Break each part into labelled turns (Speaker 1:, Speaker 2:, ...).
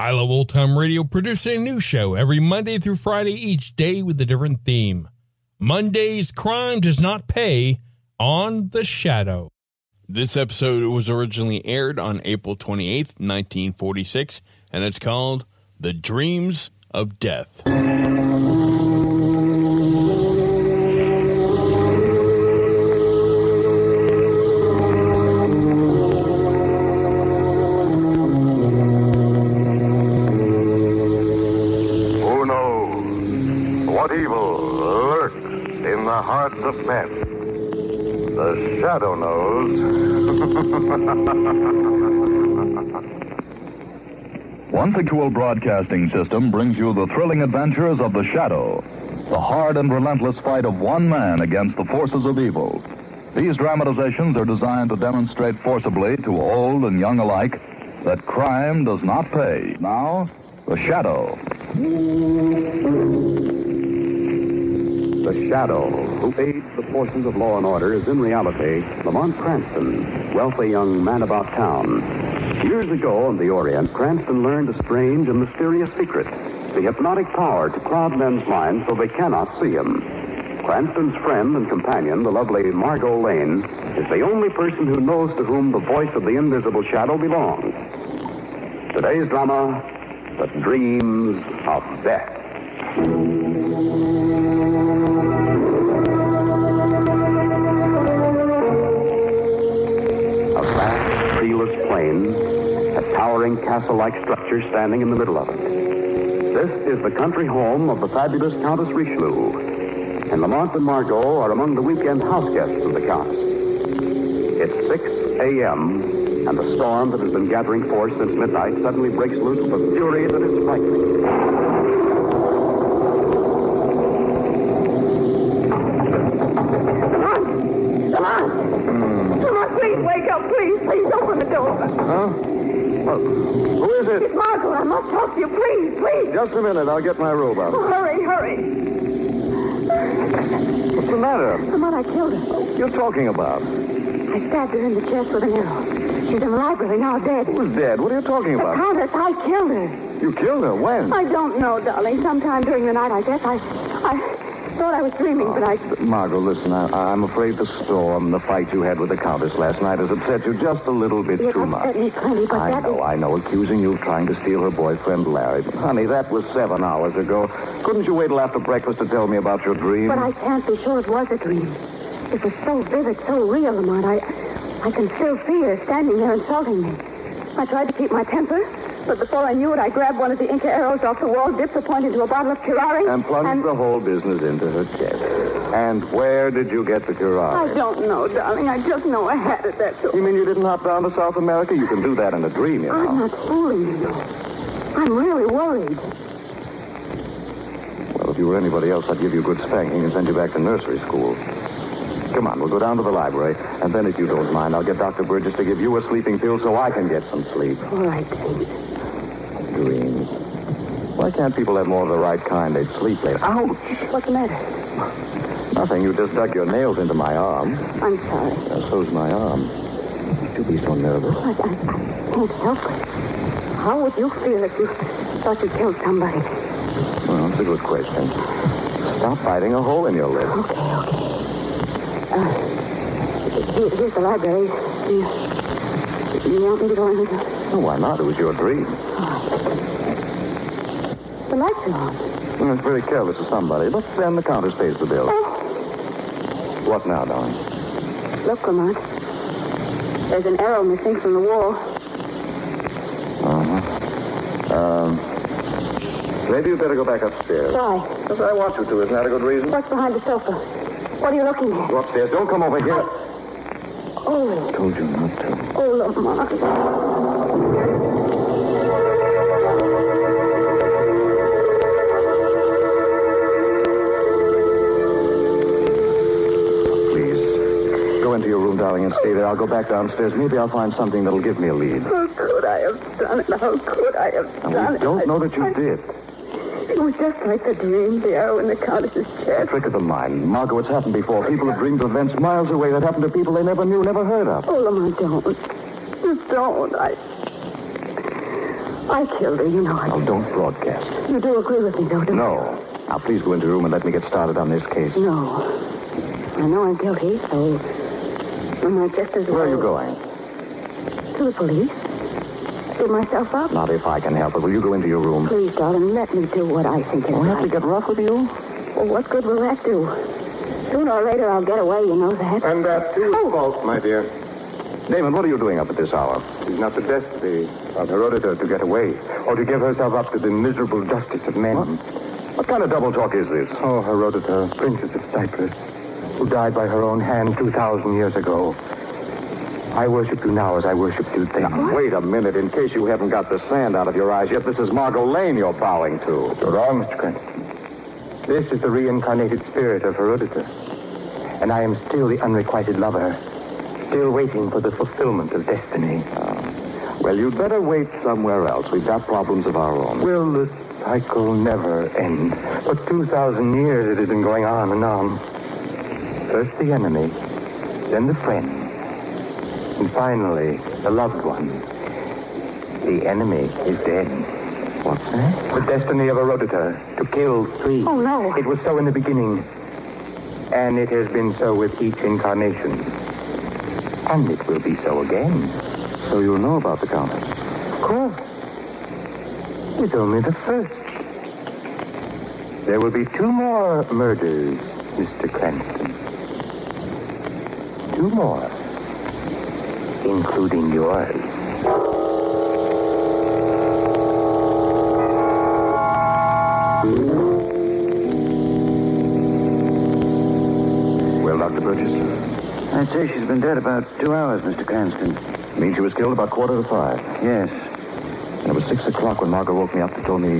Speaker 1: I Love Old Time Radio produces a new show every Monday through Friday, each day with a different theme. Monday's Crime Does Not Pay on The Shadow. This episode was originally aired on April 28th, 1946, and it's called The Dreams of Death.
Speaker 2: Who knows what evil lurks in the hearts of men? The shadow knows.
Speaker 3: One Cool Broadcasting System brings you the thrilling adventures of The Shadow, the hard and relentless fight of one man against the forces of evil. These dramatizations are designed to demonstrate forcibly to old and young alike that crime does not pay. Now, The Shadow.
Speaker 4: The Shadow, who aids the forces of law and order, is in reality Lamont Cranston, wealthy young man about town. Years ago in the Orient, Cranston learned a strange and mysterious secret, the hypnotic power to cloud men's minds so they cannot see him. Cranston's friend and companion, the lovely Margot Lane, is the only person who knows to whom the voice of the invisible shadow belongs. Today's drama, The Dreams of Death. A vast, treeless plain, a towering castle-like structure standing in the middle of it. This is the country home of the fabulous Countess Richelieu, and Lamont and Margot are among the weekend house guests of the Countess. It's 6 a.m., and the storm that has been gathering force since midnight suddenly breaks loose with a fury that is frightening.
Speaker 5: Come on. Come on, please wake up, please. Please open the door.
Speaker 2: huh? Well, who is it?
Speaker 5: It's Margot. I must talk to you. Please, please.
Speaker 2: Just a minute. I'll get my robe out.
Speaker 5: Oh, hurry, hurry.
Speaker 2: What's the matter?
Speaker 5: Come on, I killed her.
Speaker 2: You're talking about?
Speaker 5: I stabbed her in the chest with an arrow. She's in the library now, dead.
Speaker 2: Who's dead? What are you talking
Speaker 5: The
Speaker 2: about?
Speaker 5: Countess, I killed her.
Speaker 2: You killed her. When?
Speaker 5: I don't know, darling. Sometime during the night, I guess. I, I thought I was dreaming, but I...
Speaker 4: Margot, listen, I, I'm afraid the storm, the fight you had with the Countess last night has upset you just a little bit
Speaker 5: It
Speaker 4: Oh, too much.
Speaker 5: upset me plenty, but
Speaker 4: I
Speaker 5: that
Speaker 4: know, I know, accusing you of trying to steal her boyfriend, Larry. But, honey, that was seven hours ago. Couldn't you wait till after breakfast to tell me about your dream?
Speaker 5: But I can't be sure it was a dream. It was so vivid, so real, Lamont. I, I can still see her standing there insulting me. I tried to keep my temper, but before I knew it, I grabbed one of the Inca arrows off the wall, dipped the point into a bottle of curare,
Speaker 4: And plunged the whole business into her chest. And where did you get the curare?
Speaker 5: I don't know, darling. I just know I had it, that's all.
Speaker 4: You mean you didn't hop down to South America? You can do that in a dream, you
Speaker 5: I'm
Speaker 4: know.
Speaker 5: not fooling you. I'm really worried.
Speaker 4: Well, if you were anybody else, I'd give you a good spanking and send you back to nursery school. Come on, we'll go down to the library, and then, if you don't mind, I'll get Dr. Burgess to give you a sleeping pill so I can get some sleep.
Speaker 5: All right, Dave.
Speaker 4: Dreams. Why can't people have more of the right kind? They'd sleep later. Ouch!
Speaker 5: What's the matter?
Speaker 4: Nothing. You just dug your nails into my arm.
Speaker 5: I'm sorry.
Speaker 4: Uh, so's my arm. Do be so nervous.
Speaker 5: I, I, I can't help it. How would you feel if you thought you killed somebody?
Speaker 4: Well, that's a good question. Stop biting a hole in your lip.
Speaker 5: Okay, okay. Uh, here- here's the library. You, you want me to go in with you?
Speaker 4: Oh, why not? It was your dream.
Speaker 5: The lights are on.
Speaker 4: Mm, It's very careless of somebody. Look, then the counter pays the bill. What now, darling?
Speaker 5: Look, Lamont. There's an arrow missing from the wall.
Speaker 4: Maybe you'd better go back upstairs.
Speaker 5: Why?
Speaker 4: Because I want you to. Isn't that a good reason?
Speaker 5: What's behind the sofa? What are you looking at?
Speaker 4: Go upstairs. Don't come over here.
Speaker 5: Oh,
Speaker 4: told you not to.
Speaker 5: oh, Lamont.
Speaker 4: Please. Go into your room, darling, and stay there. I'll go back downstairs. Maybe I'll find something that'll give me a lead.
Speaker 5: How could I have done it? How could I have
Speaker 4: And
Speaker 5: done
Speaker 4: we
Speaker 5: it?
Speaker 4: don't know that
Speaker 5: I-
Speaker 4: you did.
Speaker 5: It was just like the dream, the arrow in the countess's
Speaker 4: A
Speaker 5: chest.
Speaker 4: trick of the mind. Margot, it's happened before. People have dreamed of events miles away that happened to people they never knew, never heard of.
Speaker 5: Oh, Lamont, don't. Just don't. I... I killed her, you know. I
Speaker 4: Now, Oh, don't broadcast.
Speaker 5: You do agree with me, though, don't
Speaker 4: No. Oh. Now, please go into your room and let me get started on this case.
Speaker 5: you? No. I know I'm guilty, so... I might just as well...
Speaker 4: Where are you going?
Speaker 5: To the police. Give myself up.
Speaker 4: Not if I can help it. Will you go into your room?
Speaker 5: Please, darling, let me do what I think is
Speaker 4: We have to
Speaker 5: right.
Speaker 4: get rough with you?
Speaker 5: Well, what good will that do? Sooner or later, I'll get away, you know that.
Speaker 6: And that's your fault, my dear.
Speaker 4: Oh. Damon, what are you doing up at this hour?
Speaker 6: It's not the destiny of Herodotus to get away or to give herself up to the miserable justice of men.
Speaker 4: What kind of double talk is this?
Speaker 6: Oh, Herodotus, princess of Cyprus, who died by her own hand 2,000 years ago. I worship you now as I worshipped you then.
Speaker 4: Wait a minute. In case you haven't got the sand out of your eyes yet, this is Margot Lane you're bowing to.
Speaker 6: You're wrong, Mr. Cranston. This is the reincarnated spirit of Herodotus. And I am still the unrequited lover, still waiting for the fulfillment of destiny.
Speaker 4: Well, you'd better wait somewhere else. We've got problems of our own.
Speaker 6: Will the cycle never end? For 2,000 years it has been going on and on. First the enemy, then the friend, and finally the loved one. The enemy is dead. What's that? The destiny of Herodotus to kill three.
Speaker 5: Oh, no.
Speaker 6: It was so in the beginning, and it has been so with each incarnation. And it will be so again.
Speaker 4: So you know about the Countess.
Speaker 6: Of course. It's only the first. There will be two more murders, Mr. Cranston. Two more. Including yours.
Speaker 4: Well, Dr. Burgess?
Speaker 6: I'd say she's been dead about two hours, Mr. Cranston.
Speaker 4: Means she was killed about quarter to five.
Speaker 6: Yes.
Speaker 4: And it was six o'clock when Margot woke me up and told me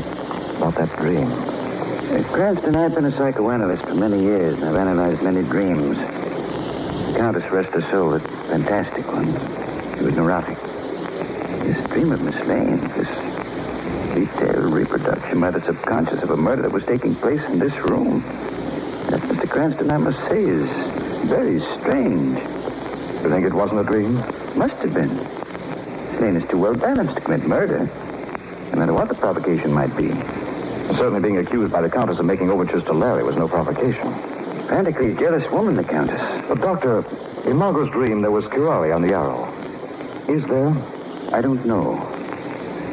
Speaker 4: about that dream.
Speaker 6: Uh, Cranston, I've been a psychoanalyst for many years, and I've analyzed many dreams. The Countess, rest her soul, a fantastic one. She was neurotic. This dream of Miss Lane, this detailed reproduction by the subconscious of a murder that was taking place in this room. That, Mr. Cranston, I must say, is very strange.
Speaker 4: You think it wasn't a dream?
Speaker 6: Must have been. Miss Lane is too well balanced to commit murder, no matter what the provocation might be.
Speaker 4: Certainly being accused by the Countess of making overtures to Larry was no provocation.
Speaker 6: Frantically jealous woman, the Countess.
Speaker 4: But, Doctor, in Margot's dream, there was curare on the arrow. Is there?
Speaker 6: I don't know.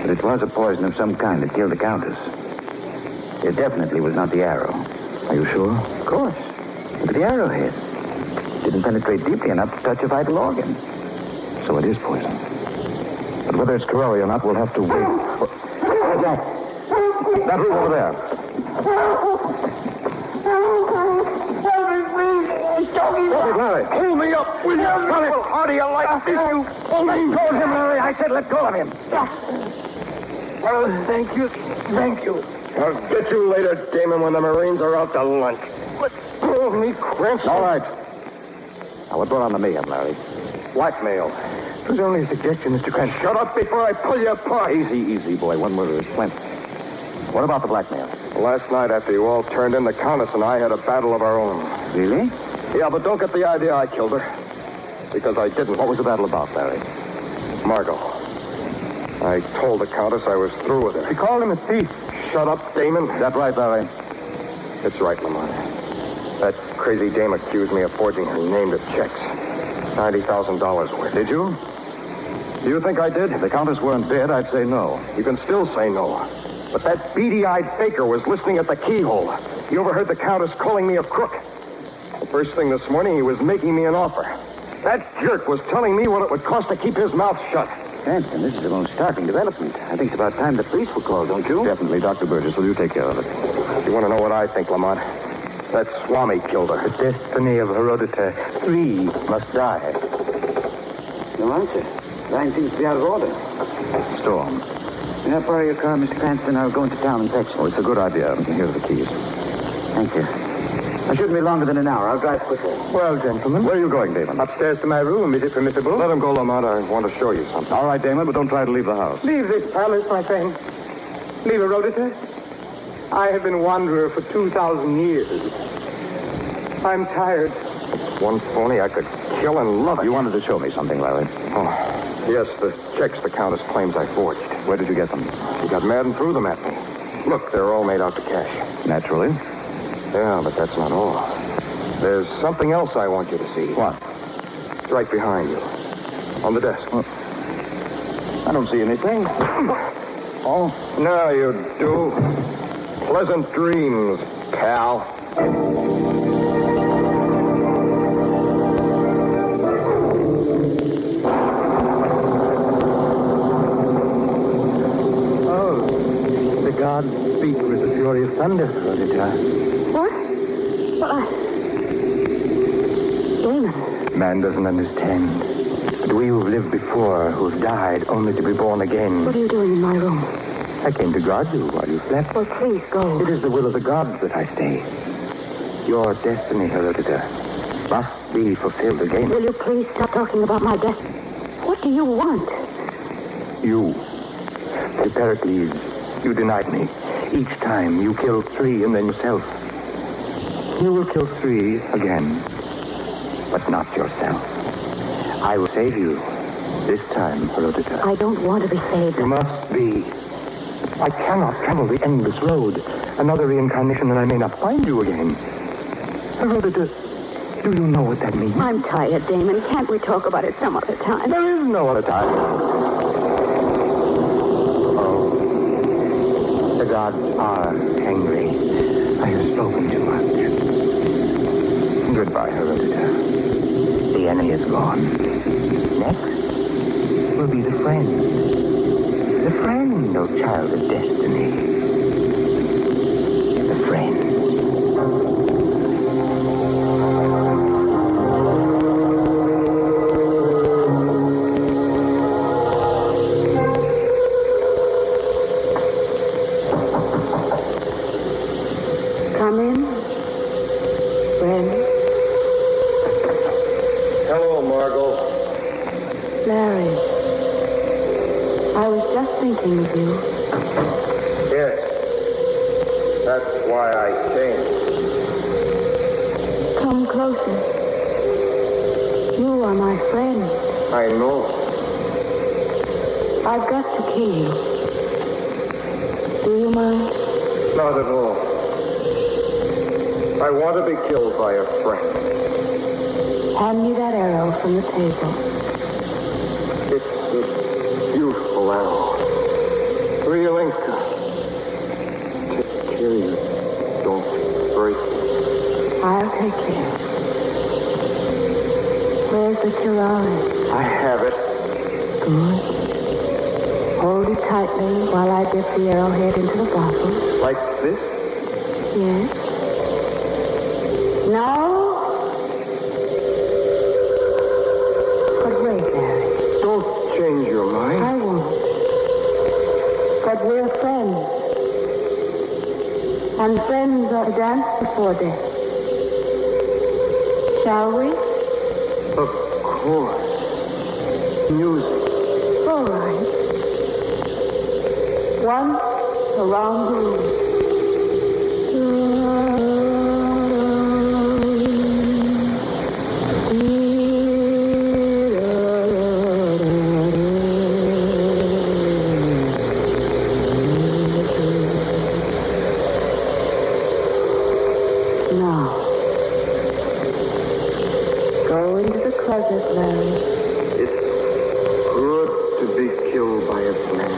Speaker 6: But it was a poison of some kind that killed the Countess. It definitely was not the arrow.
Speaker 4: Are you sure?
Speaker 6: Of course. It was the arrowhead. Didn't penetrate deeply enough to touch a vital organ.
Speaker 4: So it is poison. But whether it's curare or not, we'll have to wait.
Speaker 6: there, Jack. That room over there. Hey, Larry. Pull me up, will you? Larry, how do you like this? You let go of him, Larry. I said let go of him. Well, thank you. Thank you. I'll get you later, Damon, when the Marines are out to lunch. But pull me, Crimson. All right. Now, what brought on the mayhem, Larry? Blackmail. It was only a suggestion, Mr. Cranston. Shut up before I pull you apart. Easy, easy, boy. One word is plenty. What about the blackmail? Last night, after you all turned in, the Countess and I had a battle of our own. Really? Yeah, but don't get the idea I killed her. Because I didn't. What was the battle about, Larry? Margot. I told the Countess I was through with her. She called him a thief. Shut up, Damon. Is that right, Larry? It's right, Lamont. That crazy dame accused me of forging her name to checks. $90,000 worth. Did you? Do you think I did? If the Countess weren't dead, I'd say no. You can still say no. But that beady-eyed faker was listening at the keyhole. He overheard the Countess calling me a crook. The first thing this morning, he was making me an offer. That jerk was telling me what it would cost to keep his mouth shut.
Speaker 7: Cranston, this is the most startling development. I think it's about time the police were called, don't you?
Speaker 6: Definitely, Dr. Burgess. Will you take care of it? You want to know what I think, Lamont? That Swami killed her. The destiny of Herodita three must die.
Speaker 7: No answer. Line seems to be out of order.
Speaker 6: Storm.
Speaker 7: Now borrow your car, Mr. Cranston. I'll go into town and fetch
Speaker 6: Oh,
Speaker 7: it.
Speaker 6: it's a good idea. Here are the keys.
Speaker 7: Thank you. I shouldn't be longer than an hour. I'll drive quickly.
Speaker 6: Well, gentlemen. Where are you going, Damon? Upstairs to my room. Is it permissible? Let him go, Lamont. I want to show you something. All right, Damon, but don't try to leave the house.
Speaker 8: Leave this palace, my friend. Leave Herodotus. I have been wanderer for 2,000 years. I'm tired.
Speaker 6: One phony I could kill and love it. You wanted to show me something, Larry. Oh, yes, the checks the Countess claims I forged. Where did you get them? She got mad and threw them at me. Look, they're all made out to cash. Naturally. Yeah, but that's not all. There's something else I want you to see. What? It's right behind you. On the desk. I don't see anything. oh? No, you do. Pleasant dreams, pal.
Speaker 8: Oh, the gods speak with the fury of thunder, Herodotus.
Speaker 5: What? Well, I... Damon.
Speaker 8: Man doesn't understand. But we who've lived before, who've died only to be born again.
Speaker 5: What are you doing in my room?
Speaker 8: I came to guard you while you slept.
Speaker 5: Well, please go.
Speaker 8: It is the will of the gods that I stay. Your destiny, Herodita, must be fulfilled again.
Speaker 5: Will you please stop talking about my death? What do you want?
Speaker 8: You, the Pericles, you denied me. Each time you killed three and then yourself. You will kill three again, but not yourself. I will save you this time, Herodita.
Speaker 5: I don't want to be saved.
Speaker 8: You must be. I cannot travel the endless road. Another reincarnation, and I may not find you again. Herodotus, do you know what that means?
Speaker 5: I'm tired, Damon. Can't we talk about it some other time?
Speaker 8: There is no other time. Oh, the gods are angry. I have spoken too much. Goodbye, Herodotus. The enemy is gone. Next will be the friend. The friend, O child of destiny. The friend.
Speaker 5: Come in. Friend.
Speaker 6: Hello, Margot.
Speaker 5: Larry. I was just thinking of you.
Speaker 6: Yes. That's why I came.
Speaker 5: Come closer. You are my friend.
Speaker 6: I know.
Speaker 5: I've got to kill you. Do you mind?
Speaker 6: Not at all. I want to be killed by a friend.
Speaker 5: Hand me that arrow from the table.
Speaker 6: It's a beautiful arrow. Rielinka. Take care you don't break it.
Speaker 5: I'll take care. Where's the curare?
Speaker 6: I have it.
Speaker 5: Good. Hold it tightly while I dip the arrowhead into the bottle.
Speaker 8: Like this?
Speaker 5: Yes. No. But wait, Larry.
Speaker 8: Don't change your mind.
Speaker 5: I won't. But we're friends. And friends are to dance before death. Shall we?
Speaker 8: Of course. Music.
Speaker 5: All right. Once around the room. Now, go into the closet, Larry.
Speaker 8: It's good to be killed by a plan.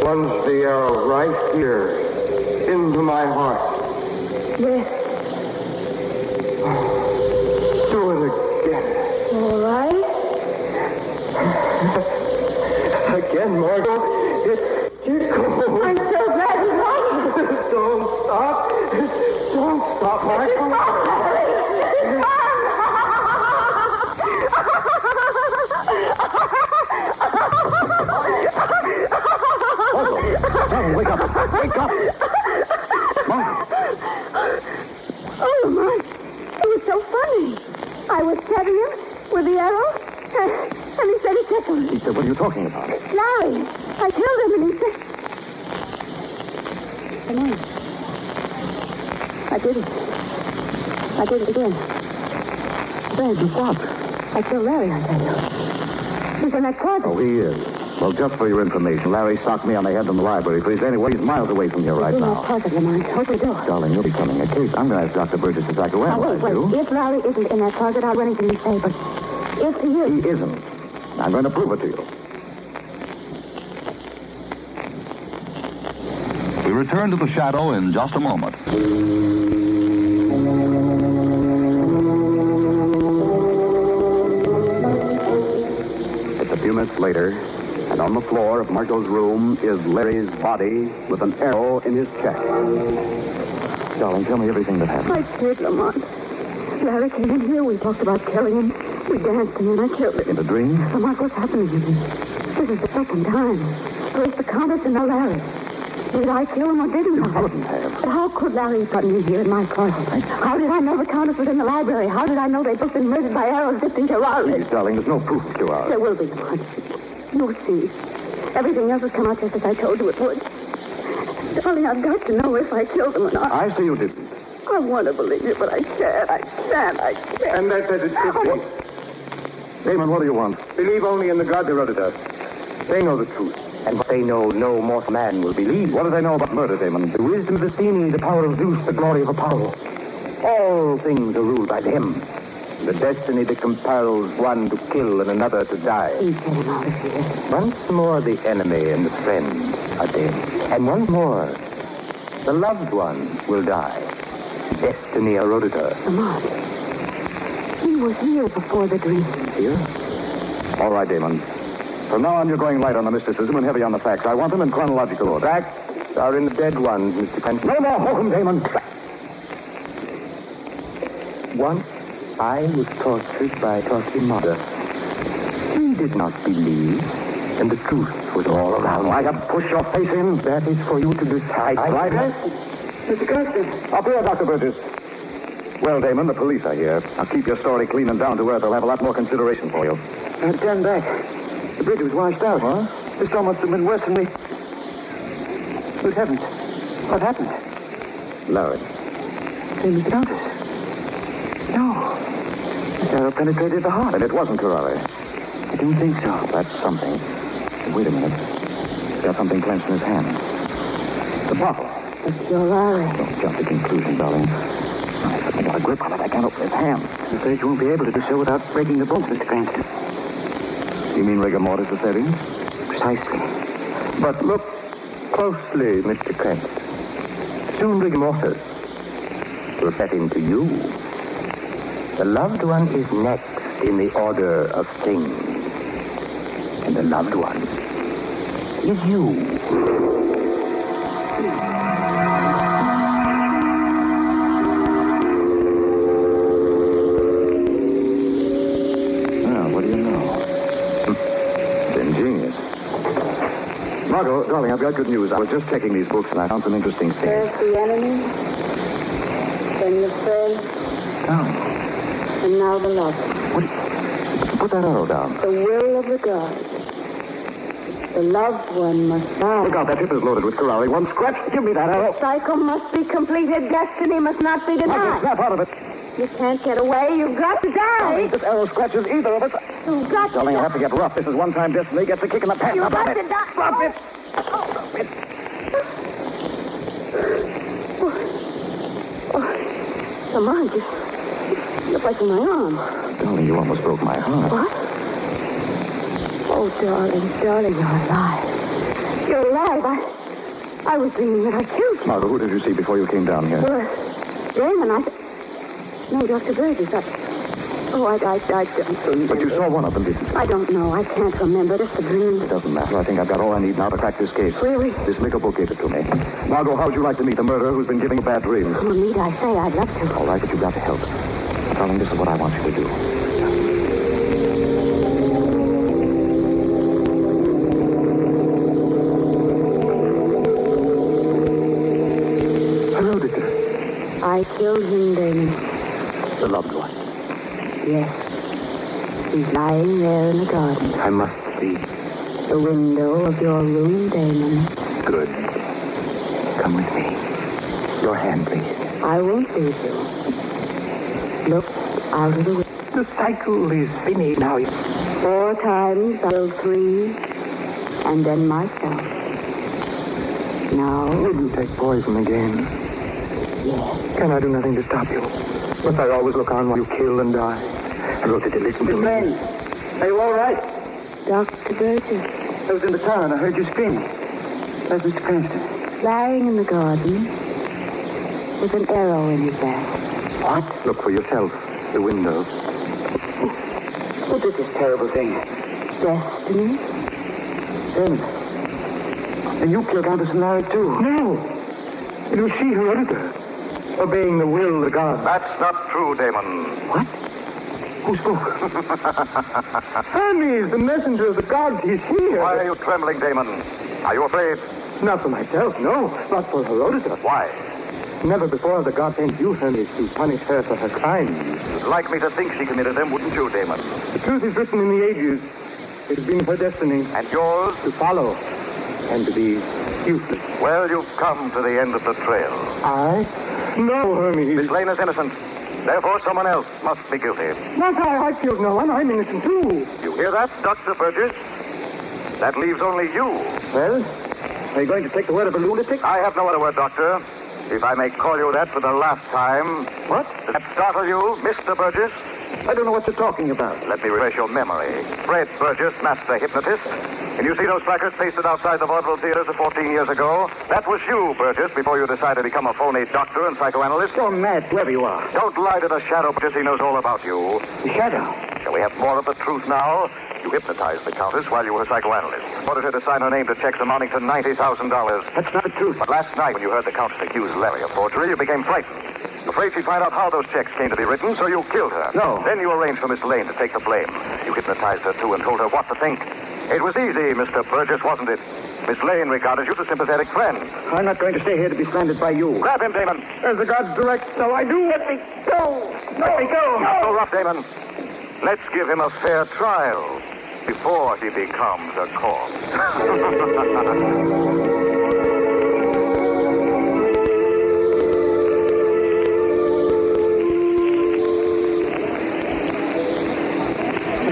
Speaker 8: Plunge the arrow right here into my heart.
Speaker 5: Yes.
Speaker 8: Do it again.
Speaker 5: All right.
Speaker 8: Again, Margot. It tickles.
Speaker 5: I'm so glad you like it.
Speaker 8: Don't stop. Don't stop, Margot.
Speaker 6: Hey, wake up. Wake up.
Speaker 5: Oh, my. It was so funny. I was petting him with the arrow, and, and he said he tickled me.
Speaker 6: He said, what are you talking about?
Speaker 5: Larry, I killed him, and he said... Come on. I did it. I did it again. Then what? I killed Larry, I tell you. He's in that closet.
Speaker 6: Oh, he is. Well, just for your information, Larry socked me on the head in the library, please. Anyway, he's miles away from here right
Speaker 5: He's in
Speaker 6: now.
Speaker 5: that closet, Lamont. Open the door.
Speaker 6: Darling, you're becoming a case. I'm going to ask Dr. Burgess to back away.
Speaker 5: Now, wait, wait. If Larry isn't in that closet, I'll run into him and say, but if he is...
Speaker 6: He isn't. I'm going to prove it to you.
Speaker 3: We return to the shadow in just a moment.
Speaker 4: It's a few minutes later, and on the floor of Margot's room is Larry's body with an arrow in his chest.
Speaker 6: Darling, tell me everything that happened.
Speaker 5: I did, Lamont. Larry came in here. We talked about killing him. We danced, and then I killed him.
Speaker 6: In a dream?
Speaker 5: Lamont, what's happening to me? This is the second time. First the Countess and now Larry. Did I kill him or didn't I?
Speaker 6: wouldn't have.
Speaker 5: But how could Larry have gotten in here in my closet? How did I know the Countess was in the library? How did I know they'd both been murdered by arrows dipped in Gerard?
Speaker 6: Please, darling, there's no proof that you are.
Speaker 5: There will be one. You'll see. Everything else has come out just as I told you it would. Darling, I've got to know if I killed him or not.
Speaker 6: I say you didn't.
Speaker 5: I want to believe you, but I can't. I can't. I can't.
Speaker 8: And that, that it should be.
Speaker 6: Damon, what do you want?
Speaker 8: Believe only in the God that ordered us. They know the truth. And what they know, no mortal man will believe.
Speaker 6: What do they know about murder, Damon?
Speaker 8: The wisdom of the seeming, the power of Zeus, the glory of Apollo. All things are ruled by him. The destiny that compels one to kill and another to die. Once more, the enemy and the friend are dead. And once more, the loved one will die. Destiny eroded her.
Speaker 5: Lamont, he was here before the dream.
Speaker 6: All right, Damon. From now on, you're going light on the mysticism and heavy on the facts. I want them in chronological order.
Speaker 8: Facts are in the dead ones, Mr. Clinton. No more hokum, Damon. Once I was tortured by Torquemada. He did not believe, and the truth was all around. I have pushed your face in. That is for you to decide. eh? I like Mr. Clinton.
Speaker 6: Up here, Dr. Burgess. Well, Damon, the police are here. Now keep your story clean and down to earth. They'll have a lot more consideration for you.
Speaker 8: I turned back. The bridge was washed out. Huh? The storm must have been worse than we... Good heavens. What happened?
Speaker 6: Larry.
Speaker 8: Didn't you notice? No. The arrow penetrated the heart.
Speaker 6: And it wasn't Corrali.
Speaker 8: I didn't think so.
Speaker 6: That's something. Wait a minute. He's got something clenched in his hand. The bottle.
Speaker 5: It's your Larry.
Speaker 6: Don't jump to conclusions, darling. I've got a grip on it. I can't open his hand.
Speaker 8: I'm afraid you won't be able to do so without breaking the bones, Mr. Cranston.
Speaker 6: You mean rigor mortis is setting?
Speaker 8: Precisely. But look closely, Mr. Kent. Soon rigor mortis will set into you. The loved one is next in the order of things. And
Speaker 6: and a loved one is you.
Speaker 9: Well, what do you know?
Speaker 6: Hmm. It's ingenious. Margot, darling, I've got good news. I was just checking these books and I found some interesting things.
Speaker 5: First the enemy, then the friend,
Speaker 6: Oh,
Speaker 5: and now the lover.
Speaker 6: put that arrow down.
Speaker 5: The will of the God. The loved one must die.
Speaker 6: Look out, that hip is loaded with corralling. One scratch. Give me that arrow.
Speaker 5: Cycle must be completed. Destiny must not be
Speaker 6: Margot,
Speaker 5: denied.
Speaker 6: snap out of it.
Speaker 5: You can't get away. You've got to
Speaker 6: Darling,
Speaker 5: die.
Speaker 6: this arrow scratches either of us.
Speaker 5: You've got to
Speaker 6: Darling, I
Speaker 5: die.
Speaker 6: have to get rough. This is one-time destiny. Gets a kick in the pants.
Speaker 5: You
Speaker 6: How about
Speaker 5: got
Speaker 6: it?
Speaker 5: to die.
Speaker 6: Stop it.
Speaker 5: Come on, just you're breaking my arm.
Speaker 6: Darling, you almost broke my heart.
Speaker 5: Oh, darling, darling, you're alive. You're alive. I, I was dreaming that I killed you.
Speaker 6: Margot, who did you see before you came down here?
Speaker 5: Well, Damon, I... No, Dr. Burgess, I... Oh, I, I, I don't remember.
Speaker 6: But you saw one of them, didn't you?
Speaker 5: I don't know. I can't remember. It's a dream.
Speaker 6: It doesn't matter. I think I've got all I need now to crack this case.
Speaker 5: Really?
Speaker 6: This Nickelbook gave it to me. Margot, how would you like to meet the murderer who's been giving bad dreams?
Speaker 5: Oh, need I say I'd love to.
Speaker 6: All right, but you've got to help. Darling, this is what I want you to do. Hello, Dick.
Speaker 5: I killed him, Damon.
Speaker 6: The loved one.
Speaker 5: Yes. He's lying there in the garden.
Speaker 6: I must see.
Speaker 5: The window of your room, Damon.
Speaker 6: Good. Come with me. Your hand, please.
Speaker 5: I won't leave you. Look out of the window.
Speaker 6: The cycle is finished now.
Speaker 5: Four times I killed three, and then myself. Now,
Speaker 6: Will you take poison again? Can I do nothing to stop you? Must I always look on while you kill and die? Rosita, listen to me. Are you all right?
Speaker 5: Dr. Burgess,
Speaker 6: I was in the town. I heard you screaming. That's Mr. Cranston.
Speaker 5: lying in the garden with an arrow in his back.
Speaker 6: What? Look for yourself. The window. What is this terrible thing?
Speaker 5: Destiny?
Speaker 6: Then. And you killed Countess Lara, too. No. It was she who ordered her. Obeying the will of the gods.
Speaker 8: That's not true, Damon.
Speaker 6: What? Who spoke? Hermes, the messenger of the gods, he's here.
Speaker 8: Why are you trembling, Damon? Are you afraid?
Speaker 6: Not for myself, no. Not for Herodotus.
Speaker 8: Why?
Speaker 6: Never before the god sent you, Hermes, to punish her for her crimes.
Speaker 8: You'd like me to think she committed them, wouldn't you, Damon?
Speaker 6: The truth is written in the ages. It has been her destiny
Speaker 8: And yours?
Speaker 6: to follow and to be useless.
Speaker 8: Well, you've come to the end of the trail.
Speaker 6: I? No,
Speaker 8: Miss
Speaker 6: Hermes.
Speaker 8: Lane is innocent. Therefore, someone else must be guilty.
Speaker 6: Not I. I killed no one. I'm innocent, too.
Speaker 8: You hear that, Dr. Burgess? That leaves only you.
Speaker 6: Well, are you going to take the word of a lunatic?
Speaker 8: I have no other word, Doctor. If I may call you that for the last time.
Speaker 6: What?
Speaker 8: Does that startle you, Mr. Burgess?
Speaker 6: I don't know what you're talking about.
Speaker 8: Let me refresh your memory. Fred Burgess, master hypnotist. Can you see those placards pasted outside the vaudeville theaters of 14 years ago? That was you, Burgess, before you decided to become a phony doctor and psychoanalyst.
Speaker 6: You're mad, whoever you are.
Speaker 8: Don't lie to the shadow, Burgess. He knows all about you.
Speaker 6: The shadow.
Speaker 8: Shall we have more of the truth now? You hypnotized the countess while you were a psychoanalyst. Ordered her to sign her name to checks amounting to $90,000.
Speaker 6: That's not the truth.
Speaker 8: But last night, when you heard the countess accuse Larry of forgery, you became frightened. Afraid she'd find out how those checks came to be written, so you killed her.
Speaker 6: No.
Speaker 8: Then you arranged for Miss Lane to take the blame. You hypnotized her, too, and told her what to think. It was easy, Mr. Burgess, wasn't it? Miss Lane regarded you as a sympathetic friend.
Speaker 6: I'm not going to stay here to be slandered by you.
Speaker 8: Grab him, Damon.
Speaker 6: As the gods direct, so I do. Let me go. Let me go.
Speaker 8: Not so rough, Damon. Let's give him a fair trial before he becomes a corpse.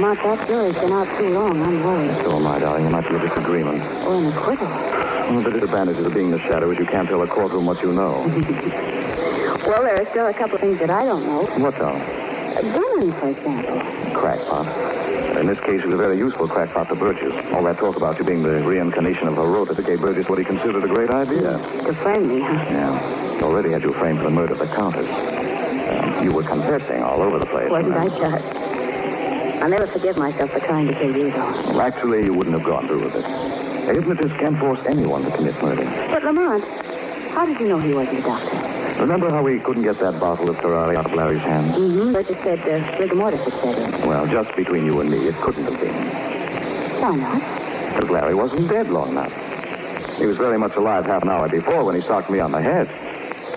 Speaker 5: Mark, that jury's been out too long. I'm worried.
Speaker 6: So am I, darling. It might be a disagreement.
Speaker 5: Or an acquittal.
Speaker 6: One of the disadvantages of being the shadow is you can't tell a courtroom what you know.
Speaker 5: Well, there are still a couple of things that I don't know.
Speaker 6: What's all?
Speaker 5: Damon, for example.
Speaker 6: Crackpot. In this case, he was a very useful crackpot to Burgess. All that talk about you being the reincarnation of Herodotus gave Burgess what he considered a great idea.
Speaker 5: To friend me, huh?
Speaker 6: Yeah. He already had you framed for the murder of the countess. Um, you were confessing all over the place. and
Speaker 5: Wasn't I
Speaker 6: then-
Speaker 5: charged? I'll never forgive myself for trying to kill you, though.
Speaker 4: Well, actually, you wouldn't have gone through with it. A hypnotist can't force anyone to commit murder.
Speaker 5: But, Lamont, how did you know he wasn't a doctor?
Speaker 4: Remember how we couldn't get that bottle of Ferrari out of Larry's hand?
Speaker 5: Mm-hmm. Burgess said uh, rigor mortis had set in.
Speaker 4: Well, just between you and me, it couldn't have been.
Speaker 5: Why not?
Speaker 4: Because Larry wasn't dead long enough. He was very much alive half an hour before when he socked me on the head.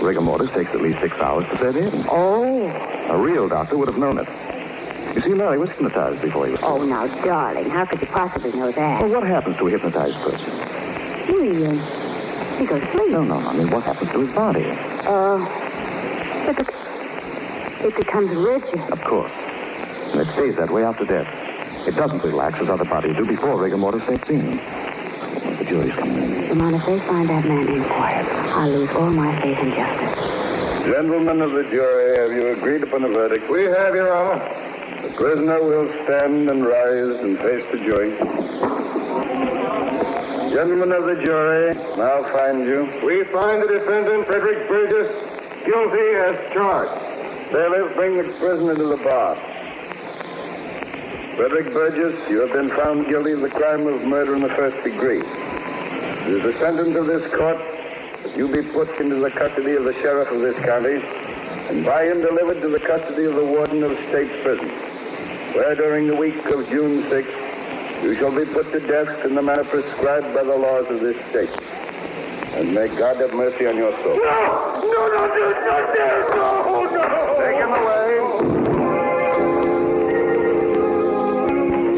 Speaker 4: Rigor mortis takes at least six hours to set in.
Speaker 5: Oh.
Speaker 4: A real doctor would have known it. You see, Larry was hypnotized before he was.
Speaker 5: Oh, now, darling, how could you possibly know
Speaker 4: Well,
Speaker 5: that?
Speaker 4: what happens to a hypnotized person?
Speaker 5: He, uh, he goes sleep.
Speaker 4: No, no, no. I mean, what happens to his body?
Speaker 5: Uh, it, bec- it becomes rigid.
Speaker 4: Of course. And it stays that way after death. It doesn't relax as other bodies do before rigor mortis sets in. The jury's coming in.
Speaker 5: Lamont, if they find that man in quiet, I'll lose all my faith in justice.
Speaker 8: Gentlemen of the jury, have you agreed upon a verdict? We have, Your Honor. The prisoner will stand and rise and face the jury. Gentlemen of the jury, now find you. We find the defendant, Frederick Burgess, guilty as charged. Bailiff, bring the prisoner to the bar. Frederick Burgess, you have been found guilty of the crime of murder in the first degree. It is the sentence of this court that you be put into the custody of the sheriff of this county and by him delivered to the custody of the warden of state prison, where during the week of June 6th you shall be put to death in the manner prescribed by the laws of this state. And may God have mercy on your soul. No! No, no, no, not there! No, no! Take him away!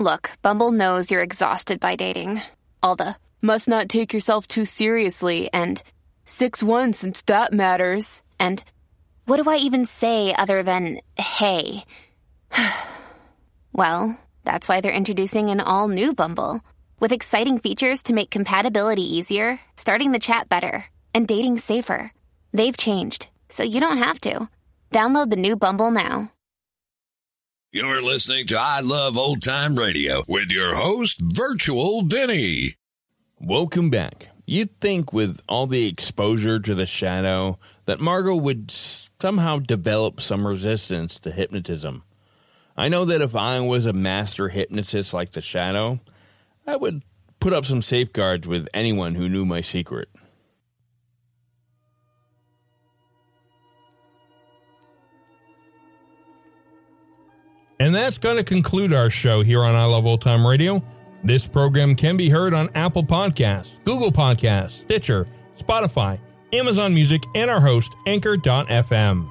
Speaker 10: Look, Bumble knows you're exhausted by dating. All the must not take yourself too seriously and 6 1 since that matters.
Speaker 11: And what do I even say other than hey? well, that's why they're introducing an all new Bumble with exciting features to make compatibility easier, starting the chat better, and dating safer. They've changed, so you don't have to. Download the new Bumble now.
Speaker 12: You're listening to I Love Old Time Radio with your host, Virtual Vinny.
Speaker 1: Welcome back. You'd think with all the exposure to the shadow that Margot would s- somehow develop some resistance to hypnotism. I know that if I was a master hypnotist like the shadow, I would put up some safeguards with anyone who knew my secret. And that's going to conclude our show here on I Love Old Time Radio. This program can be heard on Apple Podcasts, Google Podcasts, Stitcher, Spotify, Amazon Music, and our host, Anchor.fm.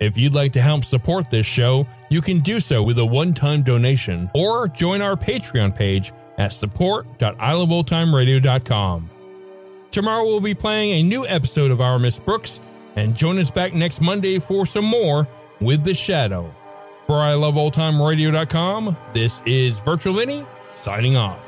Speaker 1: If you'd like to help support this show, you can do so with a one-time donation or join our Patreon page at support.iloveoldtimeradio.com. Tomorrow we'll be playing a new episode of Our Miss Brooks, and join us back next Monday for some more with The Shadow. For iloveoldtimeradio.com, this is Virtual Vinny signing off.